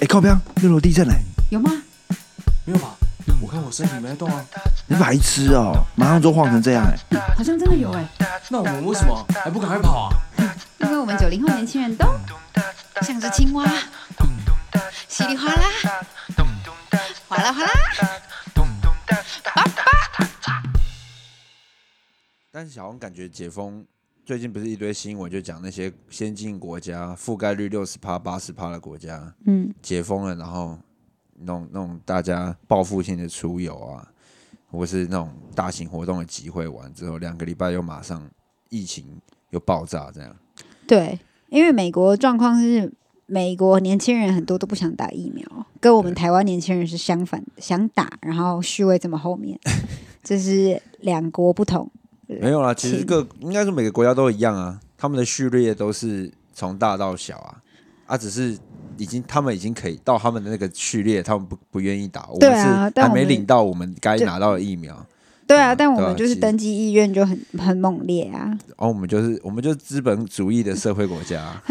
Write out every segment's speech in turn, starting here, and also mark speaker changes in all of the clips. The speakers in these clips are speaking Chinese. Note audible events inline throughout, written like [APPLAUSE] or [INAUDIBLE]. Speaker 1: 哎，靠边，六楼地震嘞、
Speaker 2: 有吗？
Speaker 3: 没有吧？我看我身体没在动啊。
Speaker 1: 你白痴哦、马上就晃成这样哎、
Speaker 2: 好像真的有哎，呃
Speaker 3: 那我们为什么还不赶快跑啊？
Speaker 2: 因为我们九零后年轻人都像只青蛙，稀里哗啦，哗啦哗啦。
Speaker 4: 但是小红感觉解封最近不是一堆新闻，就讲那些先进国家覆盖率六十趴、八十趴的国家
Speaker 2: 嗯，
Speaker 4: 解封了，然后弄弄大家报复性的出游啊，或是那种大型活动的集会完之后，两个礼拜又马上疫情又爆炸，这样
Speaker 5: 对，因为美国状况是，美国年轻人很多都不想打疫苗，跟我们台湾年轻人是相反的，想打，然后序位这么
Speaker 4: [LAUGHS]
Speaker 5: 后面，这是两国不同。
Speaker 4: 没有啦。其实
Speaker 5: 请
Speaker 4: 各应该说每个国家都一样啊，他们的序列都是从大到小啊，啊，只是已经他们已经可以到他们的那个序列，他们不不愿意打，我
Speaker 5: 对
Speaker 4: 们
Speaker 5: 啊
Speaker 4: 是
Speaker 5: 但
Speaker 4: 还
Speaker 5: 我
Speaker 4: 没
Speaker 5: 们
Speaker 4: 领到我们该
Speaker 5: 就
Speaker 4: 拿到的疫苗。
Speaker 5: 对
Speaker 4: 对啊
Speaker 5: 啊，但我
Speaker 4: 对啊
Speaker 5: 们就是
Speaker 4: 其实
Speaker 5: 登记意愿就很很猛烈啊，
Speaker 4: 哦，我们就是我们就是资本主义的社会国家啊，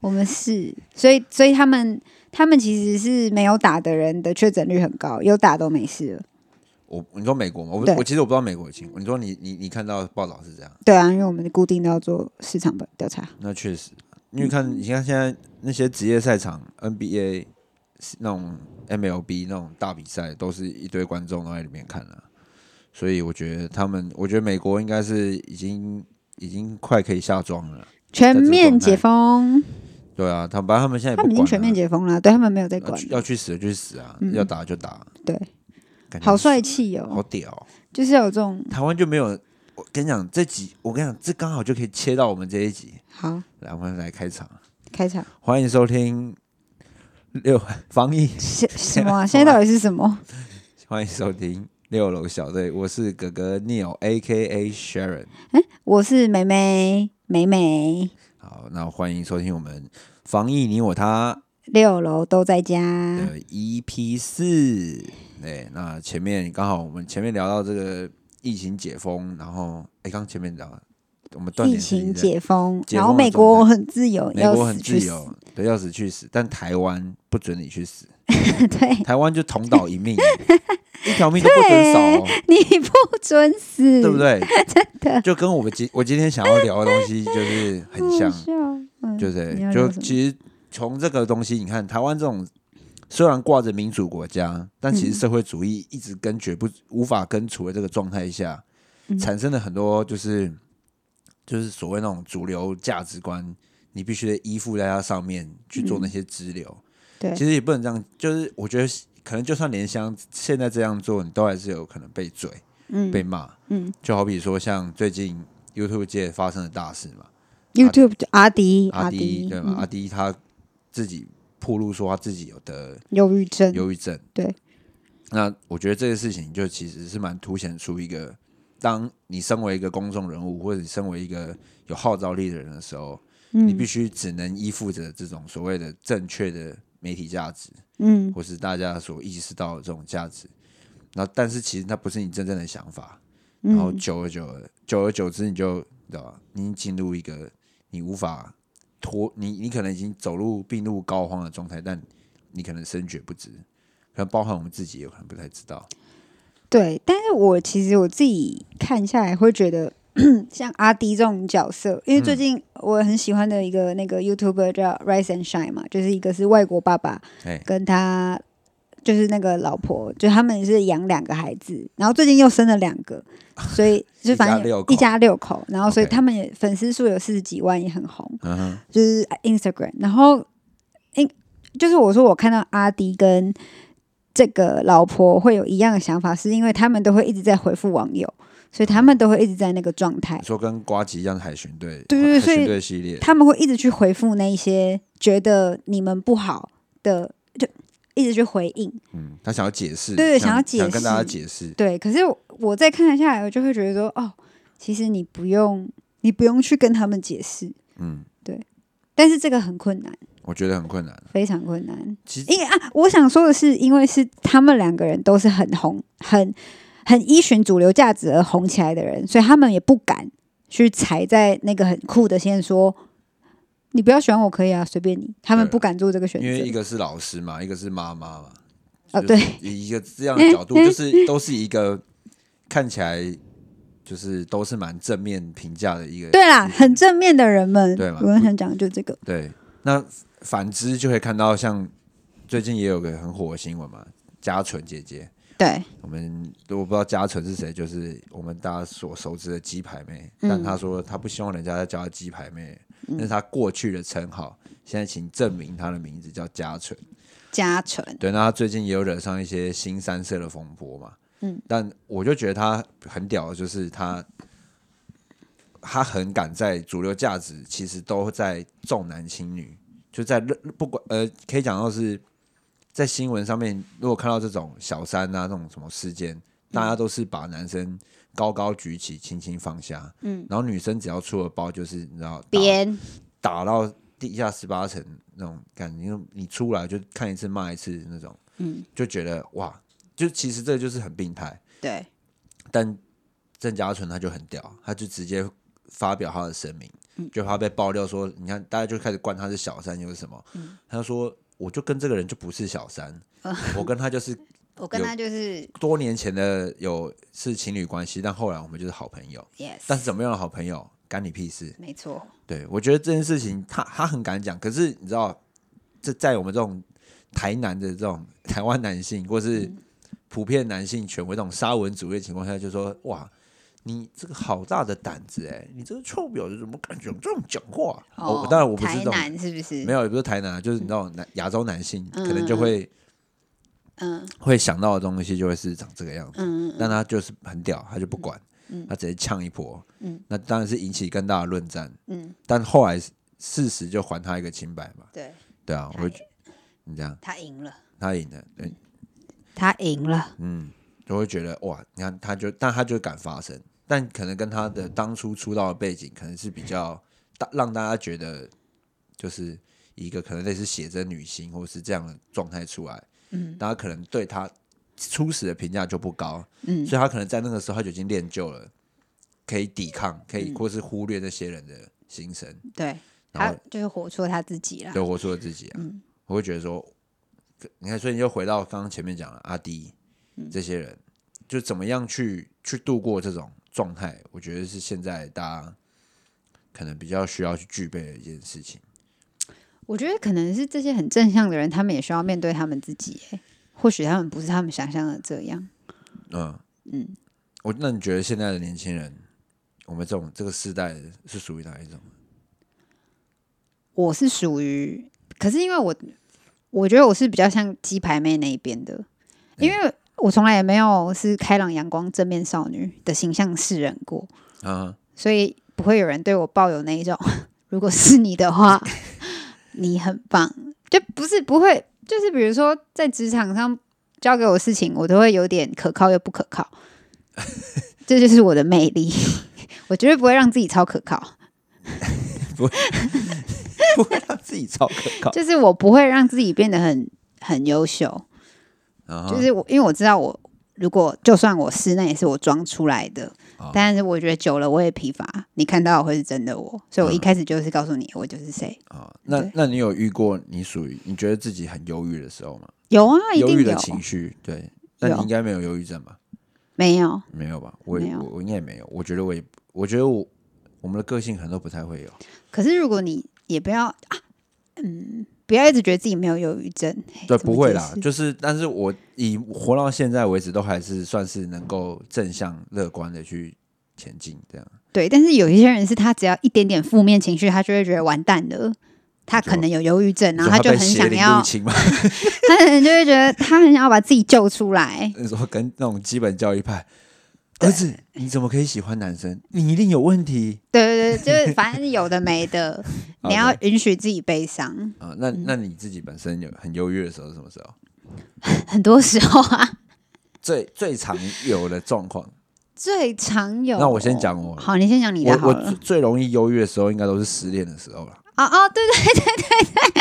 Speaker 5: 我们是，所以所以他们他们其实是没有打的人的确诊率很高，有打都没事了。
Speaker 4: 我你说美国吗？我
Speaker 5: 对
Speaker 4: 我其实我不知道美国的情况。你说你你你看到的报道是这样，
Speaker 5: 对啊，因为我们固定都要做市场的调查，
Speaker 4: 那确实，因
Speaker 5: 嗯
Speaker 4: 为看你看现在那些职业赛场 NBA 那种 MLB 那种大比赛，都是一堆观众都在里面看了、啊所以我觉得他们，我觉得美国应该是已经已经快可以下庄了。
Speaker 5: 全面解
Speaker 4: 在这
Speaker 5: 封，
Speaker 4: 对啊，他们反正他们现在也不
Speaker 5: 他们已经
Speaker 4: 管
Speaker 5: 全
Speaker 4: 了
Speaker 5: 面解封了，对他们没有在
Speaker 4: 要
Speaker 5: 管
Speaker 4: 去，要去死就去死啊，
Speaker 5: 嗯
Speaker 4: 要打就打，
Speaker 5: 对，
Speaker 4: 感觉
Speaker 5: 好帅气哦，
Speaker 4: 好屌哦、
Speaker 5: 就是有这种
Speaker 4: 台湾就没有。我跟你讲，这集我跟你讲，这刚好就可以切到我们这一集。
Speaker 5: 好
Speaker 4: 来，我们来开场，
Speaker 5: 开场
Speaker 4: 欢迎收听六防疫，
Speaker 5: [LAUGHS] 什什么、啊？现在到底是什么？
Speaker 4: [LAUGHS] 欢迎收听六楼小队，我是哥哥 Neil A K A Sharon。
Speaker 5: 我是梅梅梅梅，
Speaker 4: 好，那欢迎收听我们防疫你我他
Speaker 5: 六楼都在家。
Speaker 4: 的 EP 四。对，那前面刚好我们前面聊到这个疫情解封，然后哎，刚前面聊了我们断
Speaker 5: 疫
Speaker 4: 点是
Speaker 5: 情
Speaker 4: 在
Speaker 5: 解封，
Speaker 4: 解封的
Speaker 5: 然后
Speaker 4: 状
Speaker 5: 美
Speaker 4: 态
Speaker 5: 国很自由，
Speaker 4: 美
Speaker 5: 要
Speaker 4: 国
Speaker 5: 死
Speaker 4: 很
Speaker 5: 去
Speaker 4: 自
Speaker 5: 死，
Speaker 4: 由，对，要死去死，但台湾不准你去死，
Speaker 5: [LAUGHS] 对
Speaker 4: 台湾就同岛一
Speaker 5: [LAUGHS]
Speaker 4: 命，一条命都不准少、哦，
Speaker 5: 你不准死，
Speaker 4: 对不？
Speaker 5: [LAUGHS]
Speaker 4: 对？真
Speaker 5: 的
Speaker 4: 就跟我们今我今天想要聊的东西就是很像，
Speaker 5: 嗯，
Speaker 4: 对不
Speaker 5: 你
Speaker 4: 对？
Speaker 5: 要
Speaker 4: 就
Speaker 5: 聊什么
Speaker 4: 其实从这个东西，你看台湾这种虽然挂着民主国家，但其实
Speaker 5: 嗯
Speaker 4: 社会主义一直根绝不无法根除的这个状态下，
Speaker 5: 嗯
Speaker 4: 产生了很多就是就是所谓那种主流价值观，你必须得依附在它上面去做那些支流。
Speaker 5: 嗯对
Speaker 4: 其实也不能这样，就是我觉得可能就算莲香现在这样做，你都还是有可能被嘴、
Speaker 5: 嗯
Speaker 4: 被骂。
Speaker 5: 嗯
Speaker 4: 就好比说像最近 YouTube 界发生的大事嘛，
Speaker 5: ，YouTube 就阿迪
Speaker 4: 阿迪
Speaker 5: 迪
Speaker 4: 对
Speaker 5: 嗯
Speaker 4: 吗？阿迪他自己铺路说他自己有得
Speaker 5: 嗯忧郁症，
Speaker 4: 忧郁症，
Speaker 5: 对。
Speaker 4: 那我觉得这个事情就其实是蛮凸显出一个，当你身为一个公众人物，或者你身为一个有号召力的人的时候，你必
Speaker 5: 嗯
Speaker 4: 须只能依附着这种所谓的正确的媒体价值，
Speaker 5: 嗯，
Speaker 4: 或是大家所意识到的这种价值。然后，但是其实它不是你真正的想法，然后
Speaker 5: 嗯
Speaker 4: 久而久而，久而久之，你就你知道吧，你已经进入一个你无法脱，你你可能已经走入病入膏肓的状态，但你可能深觉不知，可能包含我们自己也可能不太知道。
Speaker 5: 对，但是我其实我自己看下来会觉得，像阿迪这种角色，因为最
Speaker 4: 嗯
Speaker 5: 近我很喜欢的一个那个 YouTuber 叫 Rise and Shine 嘛，就是一个是外国爸爸
Speaker 4: 哎，
Speaker 5: 跟他就是那个老婆，就他们是养两个孩子，然后最近又生了两个，
Speaker 4: [LAUGHS]
Speaker 5: 所以就
Speaker 4: 一家
Speaker 5: 反正有
Speaker 4: 六口
Speaker 5: 一家六口，然后所以
Speaker 4: OK
Speaker 5: 他们也粉丝数有四十几万，也很红。
Speaker 4: 嗯哼，
Speaker 5: 就是啊 Instagram，然后 in 就是我说我看到阿迪跟这个老婆会有一样的想法，是因为他们都会一直在回复网友，所以他们都会一直在那个状态
Speaker 4: 你，说跟瓜吉一样的海巡队，哦
Speaker 5: 对
Speaker 4: 海
Speaker 5: 对对所
Speaker 4: 巡
Speaker 5: 以
Speaker 4: 队系列，
Speaker 5: 他们会一直去回复那一些觉得你们不好的，就一直去回应。
Speaker 4: 嗯，他想要解释，
Speaker 5: 对对
Speaker 4: 想
Speaker 5: 想要解
Speaker 4: 想跟大家
Speaker 5: 释
Speaker 4: 解释，
Speaker 5: 对，可是我再看下来，我就会觉得说，哦，其实你不用，你不用去跟他们解释，
Speaker 4: 嗯，
Speaker 5: 但是这个很困难，
Speaker 4: 我觉得很困难。
Speaker 5: 非常困难。
Speaker 4: 其实
Speaker 5: 因为啊，我想说的是，因为是他们两个人都是很红、很很依循主流价值而红起来的人，所以他们也不敢去踩在那个很酷的线说，你不要喜欢我可以啊，随便你。他们
Speaker 4: 对
Speaker 5: 不敢做这个选
Speaker 4: 因为一
Speaker 5: 择。
Speaker 4: 个是老师嘛，一个是妈妈嘛。
Speaker 5: 哦
Speaker 4: 就是
Speaker 5: 对
Speaker 4: 以一个这样的角度，
Speaker 5: [LAUGHS]
Speaker 4: 就是都是一个看起来就是都是蛮正面评价的一个。
Speaker 5: 对啦，很正面的人们，
Speaker 4: 对嘛
Speaker 5: 我想讲的就这个，
Speaker 4: 对，那反之就会看到像最近也有个很火的新闻嘛，嘉纯姐姐，
Speaker 5: 对，
Speaker 4: 我们我不知道嘉纯是谁，就是我们大家所熟知的鸡排妹，
Speaker 5: 嗯
Speaker 4: 但她说她不希望人家再叫她鸡排妹，那是她过去的称号，现在请证明她的名字叫嘉纯。
Speaker 5: 加成，
Speaker 4: 对，那他最近也有惹上一些新三色的风波嘛。
Speaker 5: 嗯，
Speaker 4: 但我就觉得他很屌，就是他他很敢在主流价值其实都在重男轻女，就在任不管呃，可以讲到是在新闻上面，如果看到这种小三啊那种什么事件，大
Speaker 5: 嗯
Speaker 4: 家都是把男生高高举起，轻轻放下。
Speaker 5: 嗯，
Speaker 4: 然后女生只要出了包，就是你知道打
Speaker 5: 边
Speaker 4: 打到地下十八层那种感觉，你你出来就看一次骂一次那种，
Speaker 5: 嗯，
Speaker 4: 就觉得哇，就其实这就是很病态。
Speaker 5: 对，
Speaker 4: 但郑嘉纯他就很屌，他就直接发表他的声明，就怕被爆料说，你看大家就开始灌他是小三又是什么，他就说我就跟这个人就不是小三，我跟他就是
Speaker 5: 我跟他就是
Speaker 4: 多年前的有是情侣关系，但后来我们就是好朋友，
Speaker 5: yes，
Speaker 4: 但是怎么样的好朋友干你屁事。
Speaker 5: 没错，
Speaker 4: 对，我觉得这件事情他他很敢讲，可是你知道，这在我们这种台南的这种台湾男性，或是
Speaker 5: 嗯
Speaker 4: 普遍男性权威这种沙文主义的情况下，就说哇，你这个好大的胆子哎、你这个臭婊子怎么敢讲这种讲话？我、
Speaker 5: 哦
Speaker 4: 当然我不是
Speaker 5: 台
Speaker 4: 这种，
Speaker 5: 南是不是？
Speaker 4: 没
Speaker 5: 有，
Speaker 4: 有也不是台南，啊就是你知道南亚洲男性可能
Speaker 5: 嗯嗯
Speaker 4: 就
Speaker 5: 嗯
Speaker 4: 会
Speaker 5: 嗯
Speaker 4: 会想到的东西就会是长这个样子。
Speaker 5: 嗯嗯
Speaker 4: 但他就是很屌，他就不管，
Speaker 5: 嗯
Speaker 4: 他直接呛一波，
Speaker 5: 嗯
Speaker 4: 那当然是引起更大的论战，
Speaker 5: 嗯，
Speaker 4: 但后来事实就还他一个清白嘛，
Speaker 5: 对
Speaker 4: 对啊，
Speaker 5: 他
Speaker 4: 我就你这样
Speaker 5: 他赢了，
Speaker 4: 他赢了，对，
Speaker 5: 他赢了，
Speaker 4: 嗯，就会觉得哇，你看他就，但他就敢发声，但可能跟他的当初出道的背景可能是比较大，让大家觉得就是一个可能类似写真女星或是这样的状态出来，
Speaker 5: 嗯
Speaker 4: 大家可能对他初始的评价就不高，
Speaker 5: 嗯
Speaker 4: 所以他可能在那个时候他就已经练就了，可以抵抗，可
Speaker 5: 嗯
Speaker 4: 以或是忽略那些人的心声，
Speaker 5: 对，
Speaker 4: 然
Speaker 5: 他
Speaker 4: 后
Speaker 5: 就是活出了他自己啦
Speaker 4: 对，活出了自己啊。
Speaker 5: 嗯
Speaker 4: 我会觉得说，可你看，所以你就回到刚刚前面讲了阿迪
Speaker 5: 嗯
Speaker 4: 这些人，就怎么样去去度过这种状态，我觉得是现在大家可能比较需要去具备的一件事情。
Speaker 5: 我觉得可能是这些很正向的人，他们也需要面对他们自己、欸。或许他们不是他们想象的这样。
Speaker 4: 嗯
Speaker 5: 嗯，
Speaker 4: 我那你觉得现在的年轻人，我们这种这个世代是属于哪一种？
Speaker 5: 我是属于，可是因为我，我觉得我是比较像鸡排妹那一边的，因为我从来也没有是开朗阳光正面少女的形象示人过，
Speaker 4: [LAUGHS] 啊，
Speaker 5: 所以不会有人对我抱有那一种， [LAUGHS] 如果是你的话，你很棒，就不是不会，就是比如说在职场上交给我事情，我都会有点可靠又不可靠，这就是我的魅力，我绝对不会让自己超可靠。
Speaker 4: 不会让自己超可靠。
Speaker 5: 就是我不会让自己变得很很优秀，
Speaker 4: 啊哈
Speaker 5: 就是我因为我知道我如果就算我是，那也是我装出来的
Speaker 4: 哦。
Speaker 5: 但是我觉得久了我也疲乏，你看到我会是真的我，所以我一开始就是告诉你我就是谁。
Speaker 4: 啊，那
Speaker 5: 对
Speaker 4: 那你有遇过你属于你觉得自己很忧郁的时候吗？
Speaker 5: 有啊，一
Speaker 4: 忧
Speaker 5: 定
Speaker 4: 郁的
Speaker 5: 有，
Speaker 4: 情绪，对，那你
Speaker 5: 有
Speaker 4: 应该没有忧郁症吧？
Speaker 5: 没有
Speaker 4: 没有吧？我
Speaker 5: 没
Speaker 4: 也
Speaker 5: 有
Speaker 4: 我我应该也没有。我觉得我也，我觉得我我们的个性可能都不太会有。
Speaker 5: 可是如果你也不要啊，嗯，不要一直觉得自己没有忧郁症，哎
Speaker 4: 对，
Speaker 5: 怎么
Speaker 4: 不会
Speaker 5: 解
Speaker 4: 啦
Speaker 5: 释，
Speaker 4: 就是但是我以活到现在为止，都还是算是能够正向乐观的去前进，这样
Speaker 5: 对。但是有一些人是他只要一点点负面情绪，他就会觉得完蛋了，他可能有忧郁症，然后
Speaker 4: 你说
Speaker 5: 就
Speaker 4: 被
Speaker 5: 很
Speaker 4: 邪
Speaker 5: 想
Speaker 4: 灵
Speaker 5: 要 [LAUGHS]
Speaker 4: 入，侵嘛？
Speaker 5: 他可能就会觉得他很想要把自己救出来。
Speaker 4: [LAUGHS] 你说跟那种基本教育派。儿子，你怎么可以喜欢男生？你一定有问题
Speaker 5: 对对对，就是反正有的没
Speaker 4: [LAUGHS]
Speaker 5: 的，你要允许自己悲伤。
Speaker 4: 啊！那那你自己本身有很优越的时候是什么时候？
Speaker 5: 很多时候啊， [LAUGHS]
Speaker 4: 最最常有的状况，
Speaker 5: 最常有。
Speaker 4: 那我先讲我
Speaker 5: 好，你先讲你的
Speaker 4: 我
Speaker 5: 好
Speaker 4: 我
Speaker 5: 了
Speaker 4: 最。最容易优越的时候，应该都是失恋的时候了。
Speaker 5: 哦哦，对对，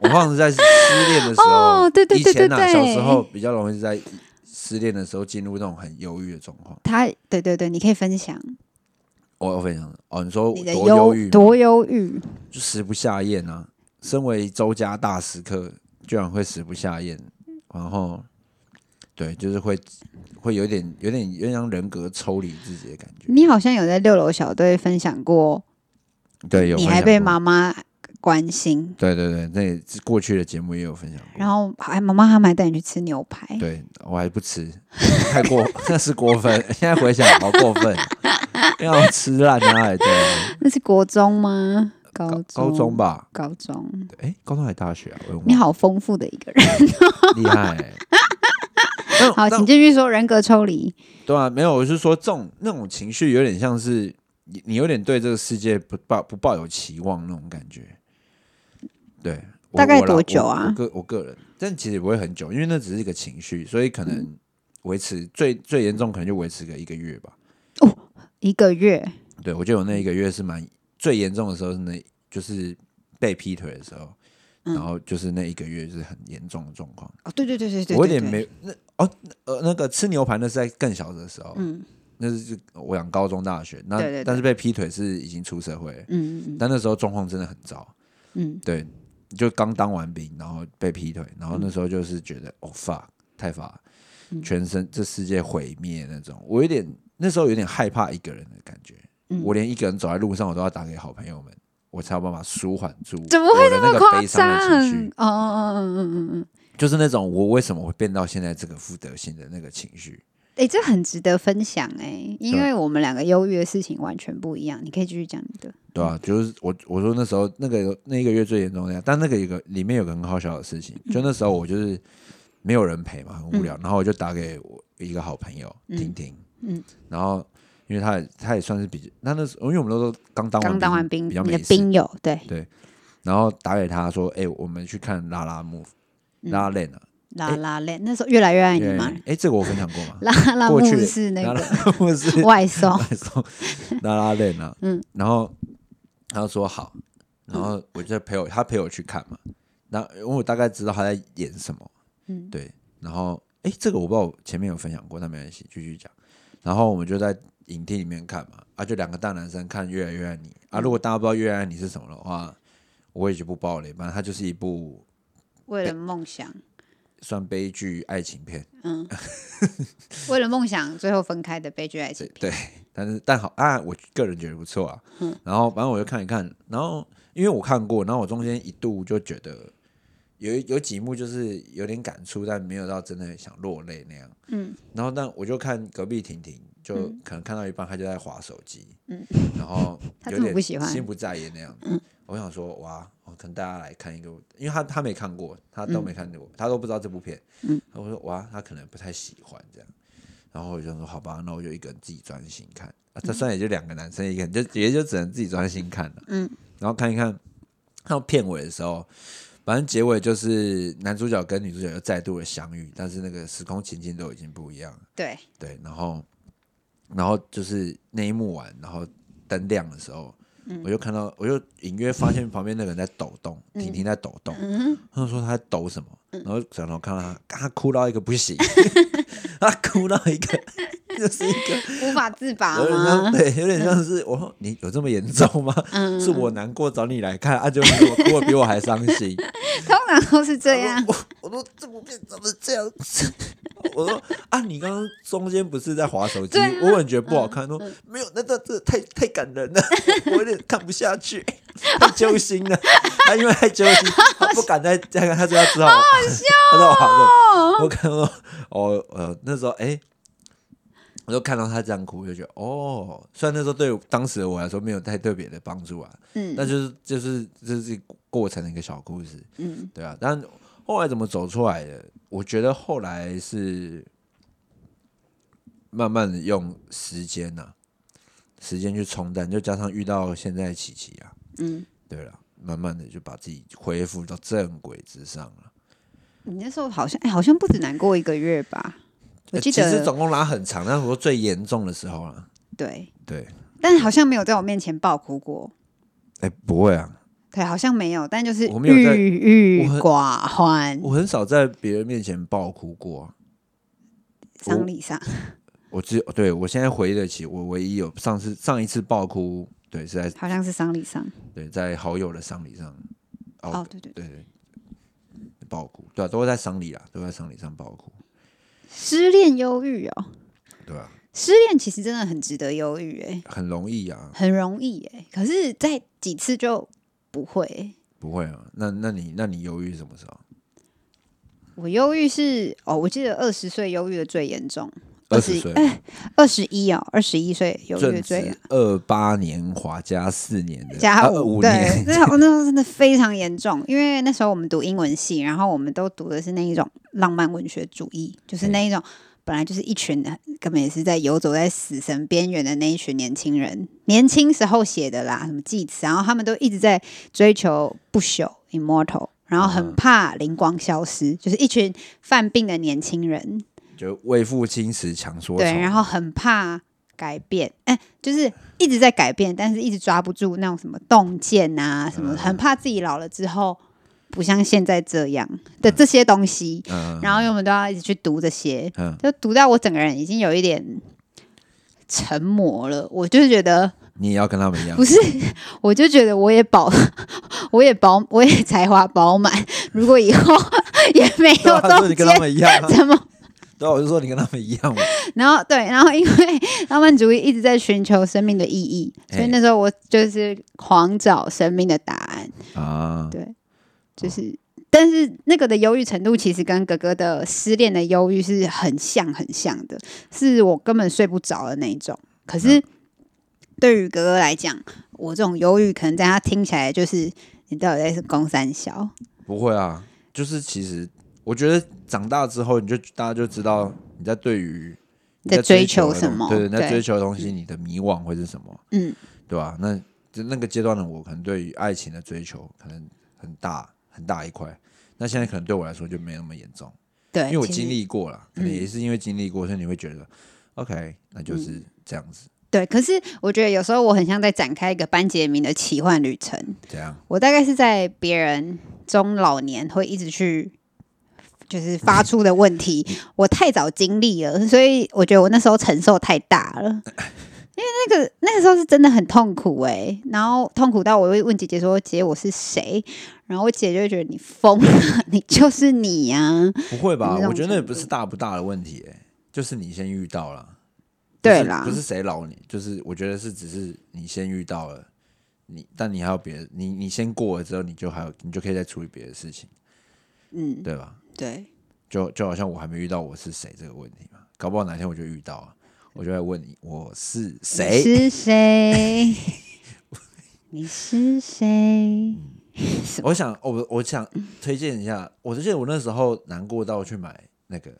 Speaker 4: 我好像是在失恋的时候，
Speaker 5: 哦对对对
Speaker 4: 以前啊，
Speaker 5: 对对
Speaker 4: 小时候比较容易是在失恋的时候进入那种很忧郁的状况。
Speaker 5: 他对对对，你可以分享。
Speaker 4: 我要分享的哦，你说
Speaker 5: 你的
Speaker 4: 多忧郁吗，
Speaker 5: 多忧郁，
Speaker 4: 就食不下咽啊。身为周家大食客，居然会食不下咽，然后对，就是会会有点有点有点像人格抽离自己的感觉。
Speaker 5: 你好像有在六楼小队分享过，
Speaker 4: 对，有
Speaker 5: 你
Speaker 4: 分
Speaker 5: 还
Speaker 4: 享
Speaker 5: 被
Speaker 4: 过？
Speaker 5: 妈妈关心，
Speaker 4: 对对对，那也是过去的节目也有分享过。
Speaker 5: 然后还妈妈他们还带你去吃牛排，
Speaker 4: 对我还不吃，太过 [LAUGHS] 那是过分。现在回想好过分，哦要吃烂啊！还对啊，
Speaker 5: 那是国中吗？高中
Speaker 4: 高中，吧？
Speaker 5: 高中，
Speaker 4: 哎、高中还大学啊？我有点
Speaker 5: 你
Speaker 4: 忘
Speaker 5: 好丰富的一个人。
Speaker 4: 厉
Speaker 5: [LAUGHS]
Speaker 4: 害、欸。那 [LAUGHS]
Speaker 5: 好，
Speaker 4: 那
Speaker 5: 请继续说人格抽离。
Speaker 4: 对啊，没有，我是说这种那种情绪有点像是你，你有点对这个世界不抱不抱有期望那种感觉。对，我
Speaker 5: 大概
Speaker 4: 我啦
Speaker 5: 多久
Speaker 4: 我
Speaker 5: 啊
Speaker 4: 我个我个人，但其实也不会很久，因为那只是一个情绪，所以可
Speaker 5: 嗯
Speaker 4: 能维持、最最严重可能就维持个一个月吧。
Speaker 5: 一个月，
Speaker 4: 对，我觉得我
Speaker 5: 嗯
Speaker 4: 那一个月是蛮最严重的时候是那，就是被劈腿的时候，
Speaker 5: 嗯
Speaker 4: 然后就是那一个月是很严重的状况。
Speaker 5: 哦，对对对对对，
Speaker 4: 我有点
Speaker 5: 对，
Speaker 4: 没那哦呃那个吃牛排那是在更小的时候，
Speaker 5: 嗯
Speaker 4: 那是就我想高中大学，那
Speaker 5: 对对对
Speaker 4: 但是被劈腿是已经出社会了，
Speaker 5: 嗯嗯
Speaker 4: 但那时候状况真的很糟，
Speaker 5: 嗯，
Speaker 4: 对，就刚当完兵，然后被劈腿，然后那时候就是觉得、哦 fuck 太 fuck，了
Speaker 5: 嗯
Speaker 4: 全身这世界毁灭那种，我有点那时候有点害怕一个人的感觉，
Speaker 5: 嗯
Speaker 4: 我连一个人走在路上我都要打给好朋友们，我才有办法舒缓住
Speaker 5: 怎么会
Speaker 4: 我
Speaker 5: 这
Speaker 4: 的那
Speaker 5: 么
Speaker 4: 个
Speaker 5: 夸
Speaker 4: 悲伤
Speaker 5: 张？
Speaker 4: 的情绪
Speaker 5: 哦。哦哦嗯嗯嗯嗯，
Speaker 4: 就是那种我为什么会变到现在这个负德性的那个情绪。
Speaker 5: 哎，这很值得分享哎，因
Speaker 4: 对
Speaker 5: 为我们两个忧郁的事情完全不一样。你可以继续讲你的，
Speaker 4: 对啊，就是我我说那时候那个那一个月最严重的那样，但那个有个里面有个很好笑的事情，
Speaker 5: 嗯
Speaker 4: 就那时候我就是没有人陪嘛，很无聊，然后我就打给我一个好朋友婷婷，
Speaker 5: 嗯
Speaker 4: 然后因为他也他也算是比那那时候因为我们都都刚当完
Speaker 5: 刚当完兵，
Speaker 4: 比较
Speaker 5: 你
Speaker 4: 没
Speaker 5: 的
Speaker 4: 事
Speaker 5: 兵友对
Speaker 4: 然后打给他说，哎、我们去看拉拉 move 拉拉链啊，
Speaker 5: 拉拉链，那时候越来越嗯爱
Speaker 4: 哎、
Speaker 5: 你嘛，
Speaker 4: 哎、这个我分享过吗？
Speaker 5: 拉拉
Speaker 4: [LAUGHS] 过
Speaker 5: 木
Speaker 4: 去的
Speaker 5: 是那
Speaker 4: 拉
Speaker 5: 个
Speaker 4: 拉 move
Speaker 5: [LAUGHS]
Speaker 4: 是 [LAUGHS]
Speaker 5: 外送，
Speaker 4: 外送拉拉链啊，
Speaker 5: 嗯
Speaker 4: 嗯，然后他就说好，然后我就陪我他陪我去看嘛，那因为我大概知道他在演什么，
Speaker 5: 嗯
Speaker 4: 对，然后哎，这个我不知道我前面有分享过，但没关系，继续讲。然后我们就在影厅里面看嘛，啊，就两个大男生看《越来越爱你》啊，如果大家不知道《越来越爱你》是什么的话，我也就不爆雷，反正它就是一部
Speaker 5: 为了梦想，
Speaker 4: 算悲剧爱情片，
Speaker 5: 嗯，为了梦想最后分开的悲剧爱情片。
Speaker 4: 对，但是但好啊，我个人觉得不错啊。然后反正我就看一看，然后因为我看过，然后我中间一度就觉得有一有几幕就是有点感触，但没有到真的想落泪那样。
Speaker 5: 嗯，
Speaker 4: 然后但我就看隔壁婷婷，就可能看到一半，她就在划手机，
Speaker 5: 嗯，
Speaker 4: 然后
Speaker 5: [LAUGHS] 她
Speaker 4: 有
Speaker 5: 这么
Speaker 4: 点
Speaker 5: 不喜欢嗯
Speaker 4: 心不在焉那样子。我想说哇，我跟大家来看一个，因为她她没看过，她都没看过，她都不知道这部片。
Speaker 5: 嗯，
Speaker 4: 我说哇，她可能不太喜欢这样。然后我就说好吧，那我就一个人自己专心看。啊，
Speaker 5: 嗯
Speaker 4: 这算也就两个男生，一个人就也就只能自己专心看了。
Speaker 5: 嗯，
Speaker 4: 然后看一看，看到片尾的时候，反正结尾就是男主角跟女主角又再度的相遇，但是那个时空情境都已经不一样了。
Speaker 5: 对，
Speaker 4: 对，然后然后就是那一幕完，然后灯亮的时候，我就看到，我就隐约发现旁边那个人在抖动，婷婷在抖动，他就说他在抖什么，然后转头看到他，他哭到一个不行，他哭到一个就是一个。
Speaker 5: 无法自拔
Speaker 4: 有点像，
Speaker 5: 吗？
Speaker 4: 对，有点像是我说你有这么严重吗？
Speaker 5: 嗯
Speaker 4: 是我难过找你来看，啊，就我哭的比我还伤心。
Speaker 5: 通常都是这
Speaker 4: [LAUGHS]
Speaker 5: 样。
Speaker 4: 我我说这部片怎么这样子？我说啊，你刚刚中间不是在划手机？
Speaker 5: 对啊嗯
Speaker 4: 我感觉得不好看。说没有，那这这太太感人了， [LAUGHS] 我有点看不下去， [LAUGHS] 太揪心了。他因为太揪心，他不敢再再看，他说他知道，好笑、他说我划手机我看到哦呃那时候哎。我就看到他这样哭，我就觉得哦，虽然那时候对我当时的我来说没有太特别的帮助啊，
Speaker 5: 嗯
Speaker 4: 那就是就是就是过程的一个小故事，
Speaker 5: 嗯，
Speaker 4: 对啊，但后来怎么走出来的？我觉得后来是慢慢的用时间呐、时间去冲淡，就加上遇到现在琪琪啊，
Speaker 5: 嗯，
Speaker 4: 对了，慢慢的就把自己恢复到正轨之上啊了。
Speaker 5: 你那时候好像、哎，好像不止难过一个月吧？我
Speaker 4: 呃
Speaker 5: 记
Speaker 4: 其实
Speaker 5: 得
Speaker 4: 总共拉很长，但我说最严重的时候了，
Speaker 5: 对，
Speaker 4: 对，
Speaker 5: 但好像没有在我面前爆哭过。
Speaker 4: 哎、不会啊，
Speaker 5: 对，好像没有，但就是
Speaker 4: 我没有在
Speaker 5: 郁郁
Speaker 4: 我很
Speaker 5: 寡欢，
Speaker 4: 我很少在别人面前爆哭过啊、
Speaker 5: 丧礼上
Speaker 4: 我只对我现在回忆得起，我唯一有上次上一次爆哭，对，是在
Speaker 5: 好像是丧礼上。
Speaker 4: 对在好友的丧礼上，
Speaker 5: 哦，对对对，
Speaker 4: 对对爆哭，对啊，都会在丧礼啦，都会在丧礼上爆哭，
Speaker 5: 失恋忧郁哦，
Speaker 4: 对啊，
Speaker 5: 失恋其实真的很值得忧郁诶，
Speaker 4: 很容易啊，
Speaker 5: 很容易诶，可是，在几次就不会欸。
Speaker 4: 不会啊，那那你那你犹豫什么时候？
Speaker 5: 我忧郁是哦，我记得二十岁忧郁的最严重，
Speaker 4: 二
Speaker 5: 21
Speaker 4: 十岁，
Speaker 5: 二十一哦，二十一岁忧郁
Speaker 4: 正
Speaker 5: 的最严
Speaker 4: 值二八年华加四年的
Speaker 5: 啊加
Speaker 4: 啊
Speaker 5: 五、
Speaker 4: 五
Speaker 5: 对，
Speaker 4: 年，
Speaker 5: 那时候哦那时候真的非常严重，因为那时候我们读英文系，然后我们都读的是那一种浪漫文学主义，就是
Speaker 4: 对
Speaker 5: 那一种本来就是一群人根本也是在游走在死神边缘的那一群年轻人，年轻时候写的啦，什么祭词，然后他们都一直在追求不朽 （immortal），然后
Speaker 4: 嗯
Speaker 5: 很怕灵光消失，就是一群犯病的年轻人，
Speaker 4: [LAUGHS] 就为父亲死强说
Speaker 5: 对，
Speaker 4: 愁
Speaker 5: 然后很怕改变，哎、就是一直在改变，但是一直抓不住那种什么洞见啊，什么，
Speaker 4: 嗯
Speaker 5: 很怕自己老了之后不像现在这样的这些东西。
Speaker 4: 嗯，
Speaker 5: 然后因为我们都要一直去读这些，
Speaker 4: 嗯
Speaker 5: 就读到我整个人已经有一点沉默了。我就觉得
Speaker 4: 你也要跟他们一样
Speaker 5: 不，是，我就觉得我也饱， [LAUGHS] 我也饱，我也才华饱满。如果以后 [LAUGHS] 也没
Speaker 4: 对
Speaker 5: 有
Speaker 4: 啊，所以
Speaker 5: 洞
Speaker 4: 你跟他
Speaker 5: 见，
Speaker 4: 们一样啊，
Speaker 5: 怎么
Speaker 4: 对啊，我就说你跟他们一样嘛，
Speaker 5: 然后对，然后因为 [LAUGHS] 浪漫主义一直在寻求生命的意义，所以
Speaker 4: 哎
Speaker 5: 那时候我就是狂找生命的答案。
Speaker 4: 啊，
Speaker 5: 对，就是，但是那个的忧郁程度其实跟哥哥的失恋的忧郁是很像很像的，是我根本睡不着的那一种。可
Speaker 4: 嗯
Speaker 5: 是对于哥哥来讲，我这种忧郁可能在他听起来就是你到底在是攻三小，
Speaker 4: 不会啊，就是其实我觉得长大之后，你就大家就知道你在对于你
Speaker 5: 在追求
Speaker 4: 的东
Speaker 5: 什么
Speaker 4: 对，你在
Speaker 5: 对
Speaker 4: 追求的东西，你的迷惘会是什么？
Speaker 5: 嗯，
Speaker 4: 对吧、那就那个阶段的我，可能对于爱情的追求可能很大很大一块。那现在可能对我来说就没那么严重，
Speaker 5: 对，嗯
Speaker 4: 因为我
Speaker 5: 其实
Speaker 4: 经历过了，可能也是因为经历过，所以你会觉得，OK，那
Speaker 5: 嗯
Speaker 4: 就是这样子，
Speaker 5: 对。可是我觉得有时候我很像在展开一个班杰明的奇幻旅程。
Speaker 4: 这样
Speaker 5: 我大概是在别人中老年会一直去，就是发出的问题，
Speaker 4: [LAUGHS]
Speaker 5: 我太早经历了，所以我觉得我那时候承受太大了。
Speaker 4: [LAUGHS]
Speaker 5: 因为那个那个时候是真的很痛苦诶、然后痛苦到我会问姐姐说：“姐，我是谁？”然后我姐就会觉得你疯了， [LAUGHS] 你就是你呀、啊。
Speaker 4: 不会吧
Speaker 5: 你这？种
Speaker 4: 我觉得那也
Speaker 5: 程度
Speaker 4: 不是大不大的问题、欸，就是你先遇到了。
Speaker 5: 对
Speaker 4: 啦，
Speaker 5: 啦
Speaker 4: 不，是谁老你，就是我觉得是只是你先遇到了你，但你还有别的，你你先过了之后，你就还有你就可以再处理别的事情，
Speaker 5: 嗯，
Speaker 4: 对吧？
Speaker 5: 对，
Speaker 4: 就就好像我还没遇到我是谁这个问题嘛，搞不好哪天我就遇到了，我就会问你我是
Speaker 5: 你
Speaker 4: 谁，
Speaker 5: 是谁？
Speaker 4: [LAUGHS]
Speaker 5: 你是谁？
Speaker 4: 我想，哦我我想推荐一下，我就记得我那时候难过到去买那个，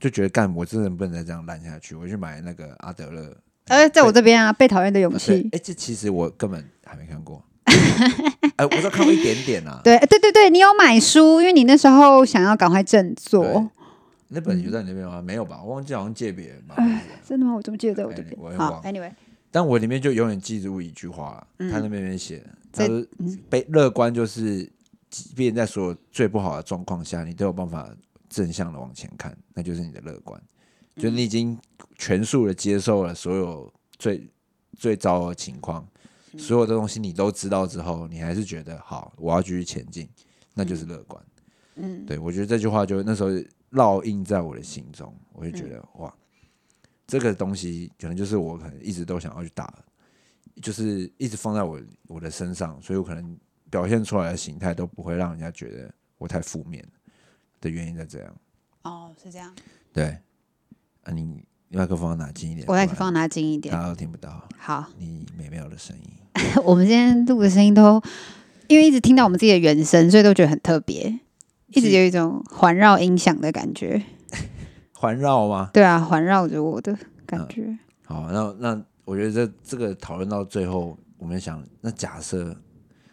Speaker 4: 就觉得干我真的不能再这样烂下去，我去买那个阿德勒。
Speaker 5: 呃，在我这边啊，被讨厌的勇
Speaker 4: 对
Speaker 5: 气
Speaker 4: 哎、。这其实我根本还没看
Speaker 5: [LAUGHS]
Speaker 4: 过，哎、我只有看过一点点啊。
Speaker 5: 对对对对，你有买书，因为你那时候想要赶快
Speaker 4: 对
Speaker 5: 振作。
Speaker 4: 那本有在你那
Speaker 5: 嗯
Speaker 4: 边吗？没有吧，我忘记好像借别人吧。
Speaker 5: 哎真的吗？我怎么记得在我这
Speaker 4: 哎我也
Speaker 5: 边？
Speaker 4: 忘
Speaker 5: 好，Anyway，
Speaker 4: 但我里面就永远记住一句话啦，他那边写的，他
Speaker 5: 嗯在
Speaker 4: 说悲乐观就是，即便在所有最不好的状况下，你都有办法正向的往前看，那就是你的乐观。就
Speaker 5: 嗯
Speaker 4: 你已经全数的接受了所有最最糟的情况，
Speaker 5: 嗯
Speaker 4: 所有的东西你都知道之后，你还是觉得好，我要继续前进，那就是乐观。
Speaker 5: 嗯，
Speaker 4: 对，我觉得这句话就那时候烙印在我的心中，我就
Speaker 5: 嗯
Speaker 4: 觉得、哇，这个东西可能就是我可能一直都想要去打，就是一直放在我我的身上，所以我可能表现出来的形态都不会让人家觉得我太负面的原因在这样。
Speaker 5: 哦，是这样。
Speaker 4: 对，啊，你麦克风要拿近一点，
Speaker 5: 我来
Speaker 4: 不然
Speaker 5: 放拿近一点
Speaker 4: 大。家都听不到
Speaker 5: 好， [LAUGHS]
Speaker 4: 你美妙的声音。
Speaker 5: 我们今天录的声音都，因为一直听到我们自己的原声，所以都觉得很特别，一直有一种环绕音响的感觉。
Speaker 4: 环绕吗？
Speaker 5: 对啊，环绕着我的
Speaker 4: 嗯
Speaker 5: 感觉。
Speaker 4: 好，那那我觉得这这个讨论到最后，我们想，那假设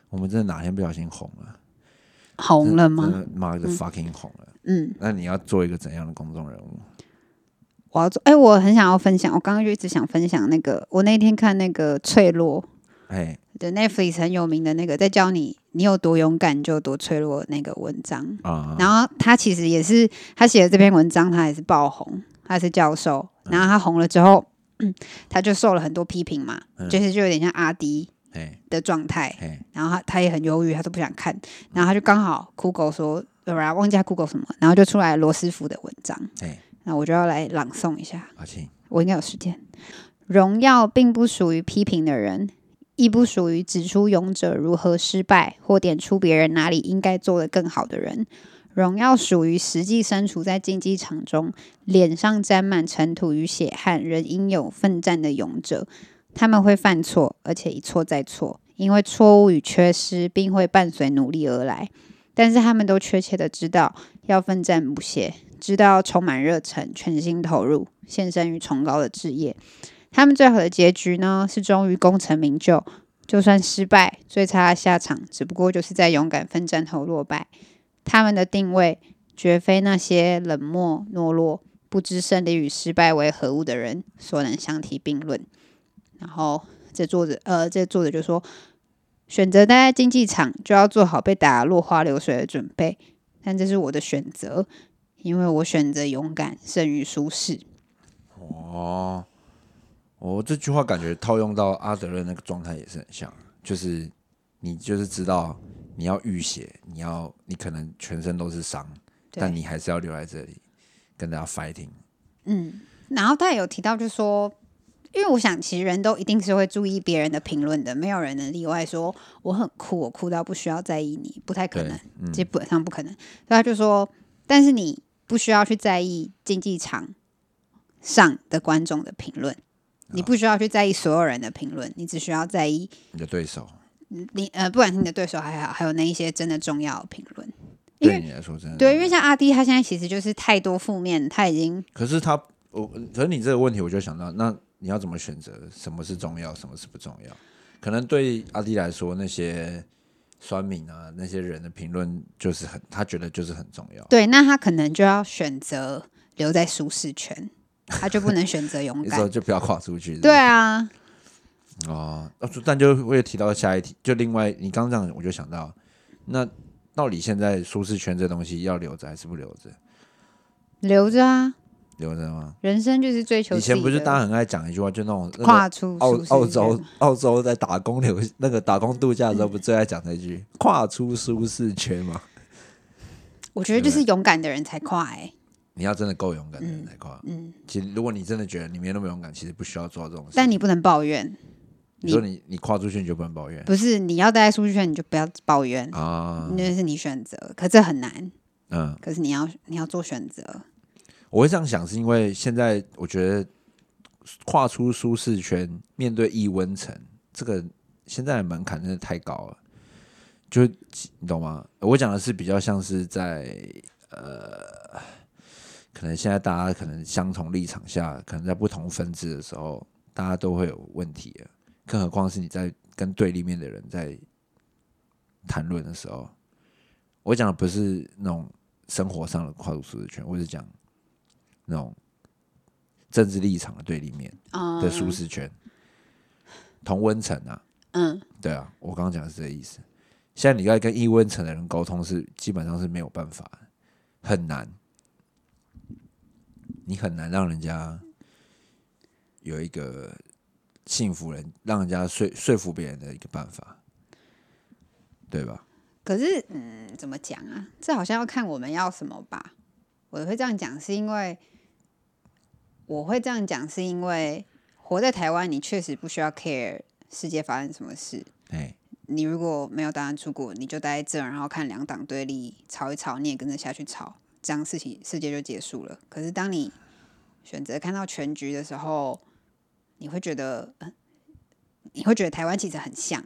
Speaker 4: 我们真的哪天不小心红了，
Speaker 5: 红了吗？
Speaker 4: 妈的 fucking 红了！
Speaker 5: 嗯，
Speaker 4: 那你要做一个怎样的公众人物？
Speaker 5: 我要做。哎，我很想要分享，我刚刚就一直想分享那个，我那天看那个《脆弱》。
Speaker 4: 哎，
Speaker 5: 的 Netflix 很有名的那个，在教你你有多勇敢就有多脆弱的那个文章。
Speaker 4: 啊，
Speaker 5: 然后他其实也是他写的这篇文章，他也是爆红，他是教授，然后他红了之后， [CLEARS THROAT] 他就受了很多批评嘛，就是就有点像阿迪
Speaker 4: 嘿，
Speaker 5: 的状态。
Speaker 4: 嘿，
Speaker 5: 然后他他也很忧郁，他都不想看，然后他就刚好 Google 说，对吧？忘记他 Google 什么，然后就出来罗斯福的文章
Speaker 4: 嘿。
Speaker 5: 那我就要来朗诵一下，
Speaker 4: 好请
Speaker 5: 我应该有时间。荣耀并不属于批评的人，亦不属于指出勇者如何失败或点出别人哪里应该做得更好的人。荣耀属于实际身处在竞技场中，脸上沾满尘土与血汗，仍应有奋战的勇者。他们会犯错，而且一错再错，因为错误与缺失并会伴随努力而来。但是他们都确切的知道要奋战不懈，知道充满热忱，全心投入，献身于崇高的志业。他们最好的结局呢，是终于功成名就。就算失败，最差的下场只不过就是在勇敢奋战后落败。他们的定位绝非那些冷漠、懦弱、不知胜利与失败为何物的人所能相提并论。然后这作者，呃，这作者就说，选择待在竞技场，就要做好被打得落花流水的准备。但这是我的选择，因为我选择勇敢胜于舒适。
Speaker 4: 哦，我、这句话感觉套用到阿德勒那个状态也是很像，就是你就是知道你要浴血，你要你可能全身都是伤，但
Speaker 5: 对
Speaker 4: 你还是要留在这里跟大家 fighting。
Speaker 5: 然后他也有提到，就说，因为我想，其实人都一定是会注意别人的评论的，没有人能例外说我很酷，我酷到不需要在意你，不太可
Speaker 4: 对嗯
Speaker 5: 能，基本上不可能。所以他就说，但是你不需要去在意竞技场上的观众的评论，
Speaker 4: 啊
Speaker 5: 你不需要去在意所有人的评论，你只需要在意
Speaker 4: 你的对手
Speaker 5: 你呃，不管是你的对手还好，还有那一些真的重要的评论。
Speaker 4: 嗯
Speaker 5: 因为
Speaker 4: 对你来说真的
Speaker 5: 对，因为像阿迪他现在其实就是太多负面，他已经
Speaker 4: 可是他，我可是你这个问题，我就想到，那你要怎么选择什么是重要，什么是不重要？可能对阿弟来说，那些酸民啊，那些人的评论就是很，他觉得就是很重要。
Speaker 5: 对，那他可能就要选择留在舒适圈，他就不能选择
Speaker 4: [LAUGHS]
Speaker 5: 勇
Speaker 4: 你说
Speaker 5: 敢。
Speaker 4: 就不要跨出去。是不是
Speaker 5: 对啊，
Speaker 4: 哦，那就但就会提到下一题，就另外你刚这样，我就想到，那到底现在舒适圈这东西要留着还是不留着？
Speaker 5: 留着啊，
Speaker 4: 留着吗？
Speaker 5: 人生就是追求
Speaker 4: 以
Speaker 5: 自己
Speaker 4: 前不是大家
Speaker 5: 的
Speaker 4: 很爱讲一句话，就那种那个
Speaker 5: 跨出
Speaker 4: 澳
Speaker 5: 舒适
Speaker 4: 澳
Speaker 5: 圈
Speaker 4: 洲澳洲在打工留那个打工度假的时候，不最爱讲那句“跨出舒适圈”吗？
Speaker 5: 我觉得就是勇敢的人才跨哎、
Speaker 4: 你要真的够勇敢的人才跨。嗯，其实如果你真的觉得你没那么勇敢，其实不需要做到这种事。
Speaker 5: 但你不能抱怨，
Speaker 4: 你说你你跨出去，你就不能抱怨
Speaker 5: 不是你要待在舒适圈，你就不要抱怨，
Speaker 4: 啊。
Speaker 5: 那、是你选择。可这很难，
Speaker 4: 嗯，
Speaker 5: 可是你要你要做选择。
Speaker 4: 我会这样想，是因为现在我觉得跨出舒适圈，面对易温层，这个现在的门槛真的太高了。就你懂吗？我讲的是比较像是在呃，可能现在大家可能相同立场下，可能在不同分支的时候，大家都会有问题的。更何况是你在跟对立面的人在谈论的时候，我讲的不是那种生活上的跨度舒适圈，我是讲那种政治立场的对立面
Speaker 5: 嗯
Speaker 4: 的舒适圈，同温层啊，
Speaker 5: 嗯，
Speaker 4: 对啊，我刚刚讲的是这个意思。现在你要跟易温层的人沟通是基本上是没有办法的，很难，你很难让人家有一个幸福人，让人家说说服别人的一个办法，对吧？
Speaker 5: 可是，嗯，怎么讲啊？这好像要看我们要什么吧。我会这样讲，是因为我会这样讲，是因为活在台湾，你确实不需要 care 世界发生什么事。
Speaker 4: 哎，
Speaker 5: 你如果没有打算出国，你就待在这，然后看两党对立，吵一吵，你也跟着下去吵，这样事情世界就结束了。可是当你选择看到全局的时候，你会觉得，呃你会觉得台湾其实很像。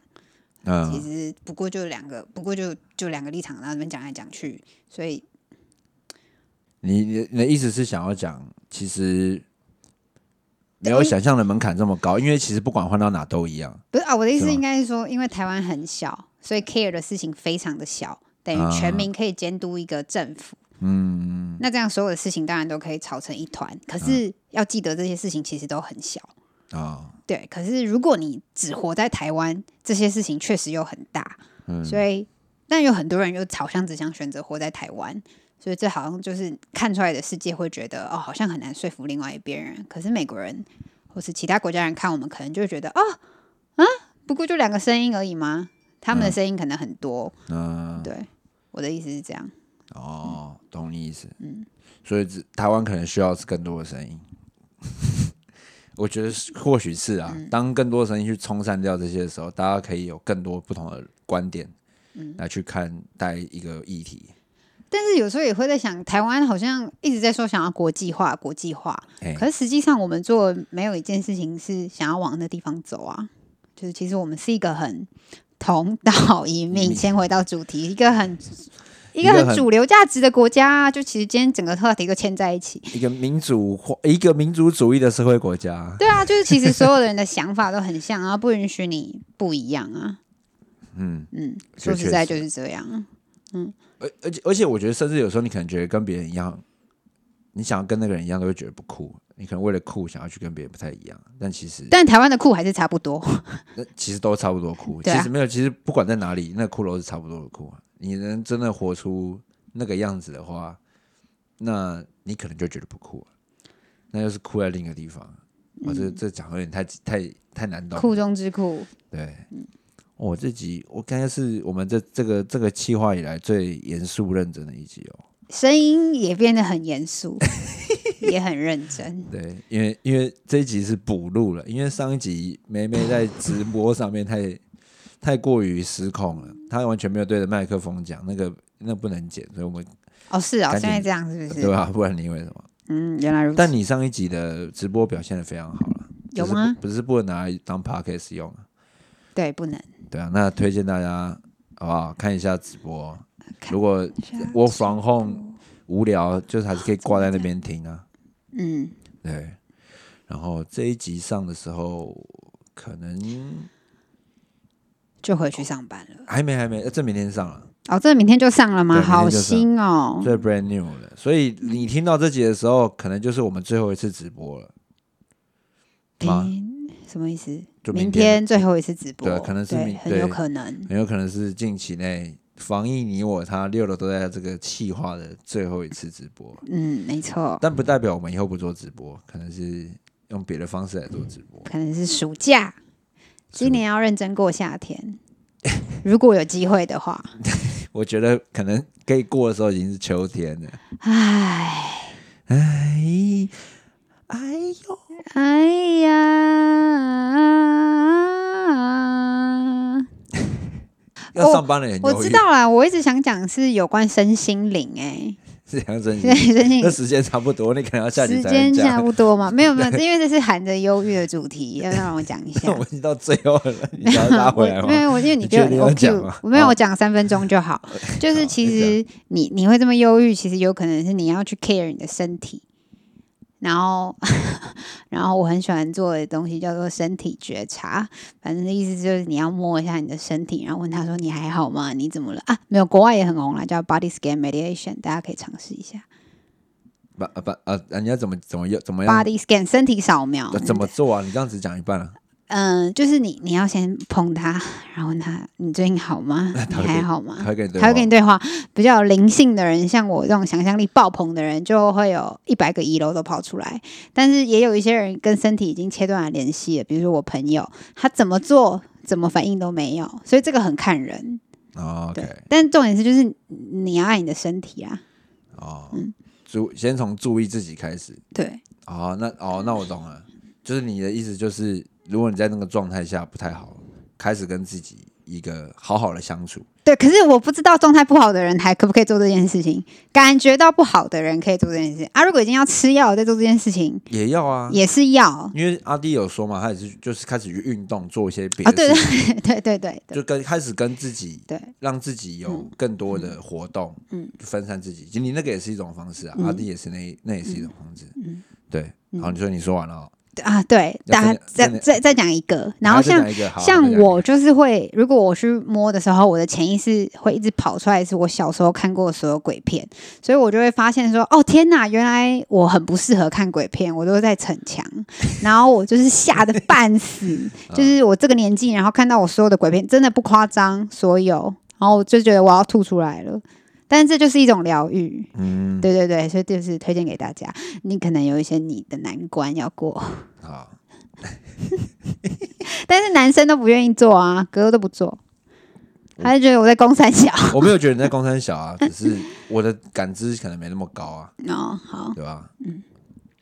Speaker 5: 其
Speaker 4: 嗯，
Speaker 5: 实不过就两个，不过就就两个立场，然后那边讲来讲去，所以
Speaker 4: 你你你的意思是想要讲，其实没有想象的门槛这么高，因为其实不管换到哪都一样。
Speaker 5: 不是啊，我的意
Speaker 4: 是
Speaker 5: 思
Speaker 4: 吗
Speaker 5: 应该是说，因为台湾很小，所以 care 的事情非常的小，等
Speaker 4: 啊
Speaker 5: 于全民可以监督一个政府。嗯，那这样所有的事情当然都可以吵成一团，可
Speaker 4: 嗯
Speaker 5: 是要记得这些事情其实都很小。
Speaker 4: 啊、
Speaker 5: 对，嗯
Speaker 4: 嗯
Speaker 5: 可是如果你只活在台湾，这些事情确实又很大，所以但有很多人就好像只想选择活在台湾，所以这好像就是看出来的世界会觉得哦，好像很难说服另外一边人。可是美国人或是其他国家人看我们，可能就会觉得哦，啊，不过就两个声音而已嘛，他们的声音可能很多。
Speaker 4: 嗯，
Speaker 5: 对，我的意思是这样。
Speaker 4: 哦，懂你意思。嗯，所以只台湾可能需要是更多的声音， [LAUGHS] 我觉得是或许是啊。
Speaker 5: 嗯
Speaker 4: 当更多的声音去冲散掉这些的时候，大家可以有更多不同的观点，
Speaker 5: 嗯
Speaker 4: 来去看待一个议题。
Speaker 5: 但是有时候也会在想，台湾好像一直在说想要国际化，国际化，
Speaker 4: 哎、
Speaker 5: 可是实际上我们做没有一件事情是想要往那地方走啊。就是其实我们是一个很同岛一命，先回到主题，一个很一个
Speaker 4: 一个
Speaker 5: 很
Speaker 4: 很
Speaker 5: 主流价值的国家、啊，就其实今天整个话题都牵在一起。
Speaker 4: 一个民主或一个民主主义的社会国家，
Speaker 5: 对啊，就是其实所有的人的想法都很像啊，不允许你不一样啊。
Speaker 4: 嗯，
Speaker 5: 嗯，
Speaker 4: 这
Speaker 5: 说
Speaker 4: 确
Speaker 5: 实在
Speaker 4: 实
Speaker 5: 就是这样。啊
Speaker 4: 而而且而且，我觉得甚至有时候你可能觉得跟别人一样，你想要跟那个人一样，都会觉得不酷。你可能为了酷，想要去跟别人不太一样，但其实
Speaker 5: 但台湾的酷还是差不多。
Speaker 4: 那其实都差不多酷。
Speaker 5: 对啊
Speaker 4: 其实没有，其实不管在哪里，那骷髅是差不多的酷啊。你能真的活出那个样子的话，那你可能就觉得不酷、啊，那就是酷在另一个地方。我、这这讲有点太太太难懂了。
Speaker 5: 嗯酷中之酷，
Speaker 4: 对，哦我、这集我感觉是我们这这个这个企划以来最严肃认真的一集哦。
Speaker 5: 声音也变得很严肃，也很认真。
Speaker 4: 对，因为因为这一集是补录了，因为上一集梅梅在直播上面太太过于失控了，她完全没有对着麦克风讲，那个那不能剪，所以我们
Speaker 5: 哦，是哦，
Speaker 4: 赶
Speaker 5: 现在
Speaker 4: 紧
Speaker 5: 这样是不
Speaker 4: 对
Speaker 5: 是？
Speaker 4: 吧？不然你以为什么？
Speaker 5: 嗯，原来如此。
Speaker 4: 但你上一集的直播表现的非常好了，
Speaker 5: 有
Speaker 4: 只是
Speaker 5: 吗
Speaker 4: 不不是不能拿来当 podcast 用啊，
Speaker 5: 对，不能。
Speaker 4: 对啊，那推荐大家好不好看一下直播？
Speaker 5: 看
Speaker 4: 如果我 from home 无聊，就是还是可以挂在那边听啊。
Speaker 5: 嗯，
Speaker 4: 对，然后这一集上的时候，可能
Speaker 5: 就回去上班了。
Speaker 4: 还没还没，呃这明天上了，
Speaker 5: 哦，这明天就上了吗？
Speaker 4: 对明天
Speaker 5: 好
Speaker 4: 就上
Speaker 5: 新哦。
Speaker 4: 最 brand new 了，所以你听到这集的时候，可能就是我们最后一次直播了。吗
Speaker 5: 明什么意思？
Speaker 4: 就
Speaker 5: 明
Speaker 4: 明天
Speaker 5: 最后一次直播，
Speaker 4: 对可能是
Speaker 5: 对
Speaker 4: 明
Speaker 5: 很
Speaker 4: 对
Speaker 5: 有可能。
Speaker 4: 很有可能是近期内防疫你我他六楼都在这个气化的最后一次直播，
Speaker 5: 嗯，没错，
Speaker 4: 但不代表我们以后不做直播，可能是用别的方式来做直播。
Speaker 5: 可能是暑假。今年要认真过夏天，如果有机会的话。
Speaker 4: 我觉得可能可以过的时候已经是秋天了。
Speaker 5: 唉，
Speaker 4: 哎哎呦，
Speaker 5: 哎呀。
Speaker 4: 要上班了很
Speaker 5: 哦我
Speaker 4: 犹
Speaker 5: 知
Speaker 4: 豫，
Speaker 5: 道啦，我一直想讲是有关身心灵、
Speaker 4: [LAUGHS] 是杨真
Speaker 5: 哎，
Speaker 4: 心
Speaker 5: 对，。 [LAUGHS] 身
Speaker 4: 那
Speaker 5: 心灵
Speaker 4: 时间差不多，你可能要下
Speaker 5: 时
Speaker 4: 集才能
Speaker 5: 间差
Speaker 4: 讲。 [LAUGHS]
Speaker 5: 不多嘛，没有没有，因为这是含着忧郁的主题，要不要让我讲一下
Speaker 4: [LAUGHS] 那我。们已经到最后了，你想要拉回来
Speaker 5: 我 [LAUGHS] 没
Speaker 4: 吗？
Speaker 5: 有，我因为你
Speaker 4: 你
Speaker 5: 给
Speaker 4: 确定
Speaker 5: 我
Speaker 4: 要
Speaker 5: Q，
Speaker 4: 讲吗哦
Speaker 5: 我没有，
Speaker 4: 好
Speaker 5: 我讲三分钟
Speaker 4: [LAUGHS]
Speaker 5: 就好。就是其实你你会这么忧郁，其实有可能是你要去 care 你的身体。然后， [LAUGHS] 然后我很喜欢做的东西叫做身体觉察，反正意思就是你要摸一下你的身体，然后问他说你还好吗？你怎么了啊？没有，国外也很红啦，叫 body scan meditation，大家可以尝试一下
Speaker 4: 把啊把啊，人家怎么怎么又怎么样
Speaker 5: body scan 身体扫描
Speaker 4: 怎。么做啊？你这样只讲一半了，
Speaker 5: 嗯，就是你你要先碰他，然后问他你最近好吗？你
Speaker 4: 他会
Speaker 5: 还
Speaker 4: 给
Speaker 5: 好吗
Speaker 4: 还？会给你对
Speaker 5: 他会啊跟你
Speaker 4: 话
Speaker 5: 对话。比较有灵性的人，像我这种想象力爆棚的人，就会有一百个遗漏都跑出来。但是也有一些人跟身体已经切断了联系了，比如说我朋友，他怎么做、怎么反应都没有，所以这个很看人。
Speaker 4: 哦
Speaker 5: 对
Speaker 4: OK
Speaker 5: 但重点是，就是你要爱你的身体啊。
Speaker 4: 哦，
Speaker 5: 嗯
Speaker 4: 注先从注意自己开始。
Speaker 5: 对
Speaker 4: 哦，那哦那我懂了，就是你的意思就是，如果你在那个状态下不太好，开始跟自己一个好好的相处。
Speaker 5: 对，可是我不知道状态不好的人还可不可以做这件事情，感觉到不好的人可以做这件事情啊。如果已经要吃药再做这件事情，
Speaker 4: 也要啊，
Speaker 5: 也是药。 [LAUGHS]
Speaker 4: 因为阿弟有说嘛，他也是就是开始运动，做一些别
Speaker 5: 啊，
Speaker 4: 的
Speaker 5: 对
Speaker 4: 事情，
Speaker 5: 对对对对对
Speaker 4: 就跟开始跟自己
Speaker 5: 对，
Speaker 4: 让自己有更多的活动，
Speaker 5: 嗯
Speaker 4: 分散自己。其实你那个也是一种方式啊，
Speaker 5: 嗯
Speaker 4: 阿弟也是那那也是一种方式，
Speaker 5: 嗯
Speaker 4: 对。好，你说你说完了哦，
Speaker 5: 啊，对，
Speaker 4: 要
Speaker 5: 大
Speaker 4: 分
Speaker 5: 家再
Speaker 4: 分两
Speaker 5: 再再讲一个，然后
Speaker 4: 还要再
Speaker 5: 像
Speaker 4: 讲一个好
Speaker 5: 像
Speaker 4: 再讲一个
Speaker 5: 我就是会，如果我去摸的时候，我的潜意识会一直跑出来，是我小时候看过的所有鬼片，所以我就会发现说，哦天哪，原来我很不适合看鬼片，我都在逞
Speaker 4: [LAUGHS]
Speaker 5: 强，然后我就是吓得半死，就是我这个年纪，然后看到我所有的鬼片，真的不夸张，所有。然后我就觉得我要吐出来了。但是这就是一种疗愈，
Speaker 4: 嗯，
Speaker 5: 对对对，所以就是推荐给大家，你可能有一些你的难关要过，
Speaker 4: 好，
Speaker 5: 但是男生都不愿意做啊，哥都不做，他就觉得我在攻三小。
Speaker 4: 我没有觉得你在工山小
Speaker 5: [LAUGHS]
Speaker 4: 啊，只是我的感知可能没那么高啊，
Speaker 5: 哦，好，
Speaker 4: 对吧？嗯，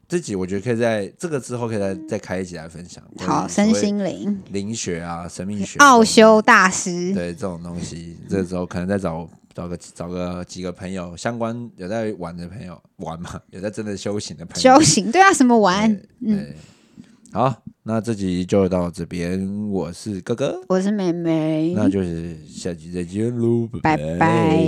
Speaker 4: 这集我觉得可以在这个之后可以再再开一集来分享。
Speaker 5: 好，身心灵
Speaker 4: 灵学啊，神秘学、
Speaker 5: 奥修大 [LAUGHS] 师，
Speaker 4: 对这种东西，这时候可能再找找个找个几个朋友，相关有在玩的朋友玩嘛，有在真的修行的朋友
Speaker 5: 修行，对啊，什么玩？
Speaker 4: 对， [LAUGHS] 好，那这集就到这边，我是哥哥，
Speaker 5: 嗯我是妹妹，
Speaker 4: 那就是下集再见喽，
Speaker 5: 拜拜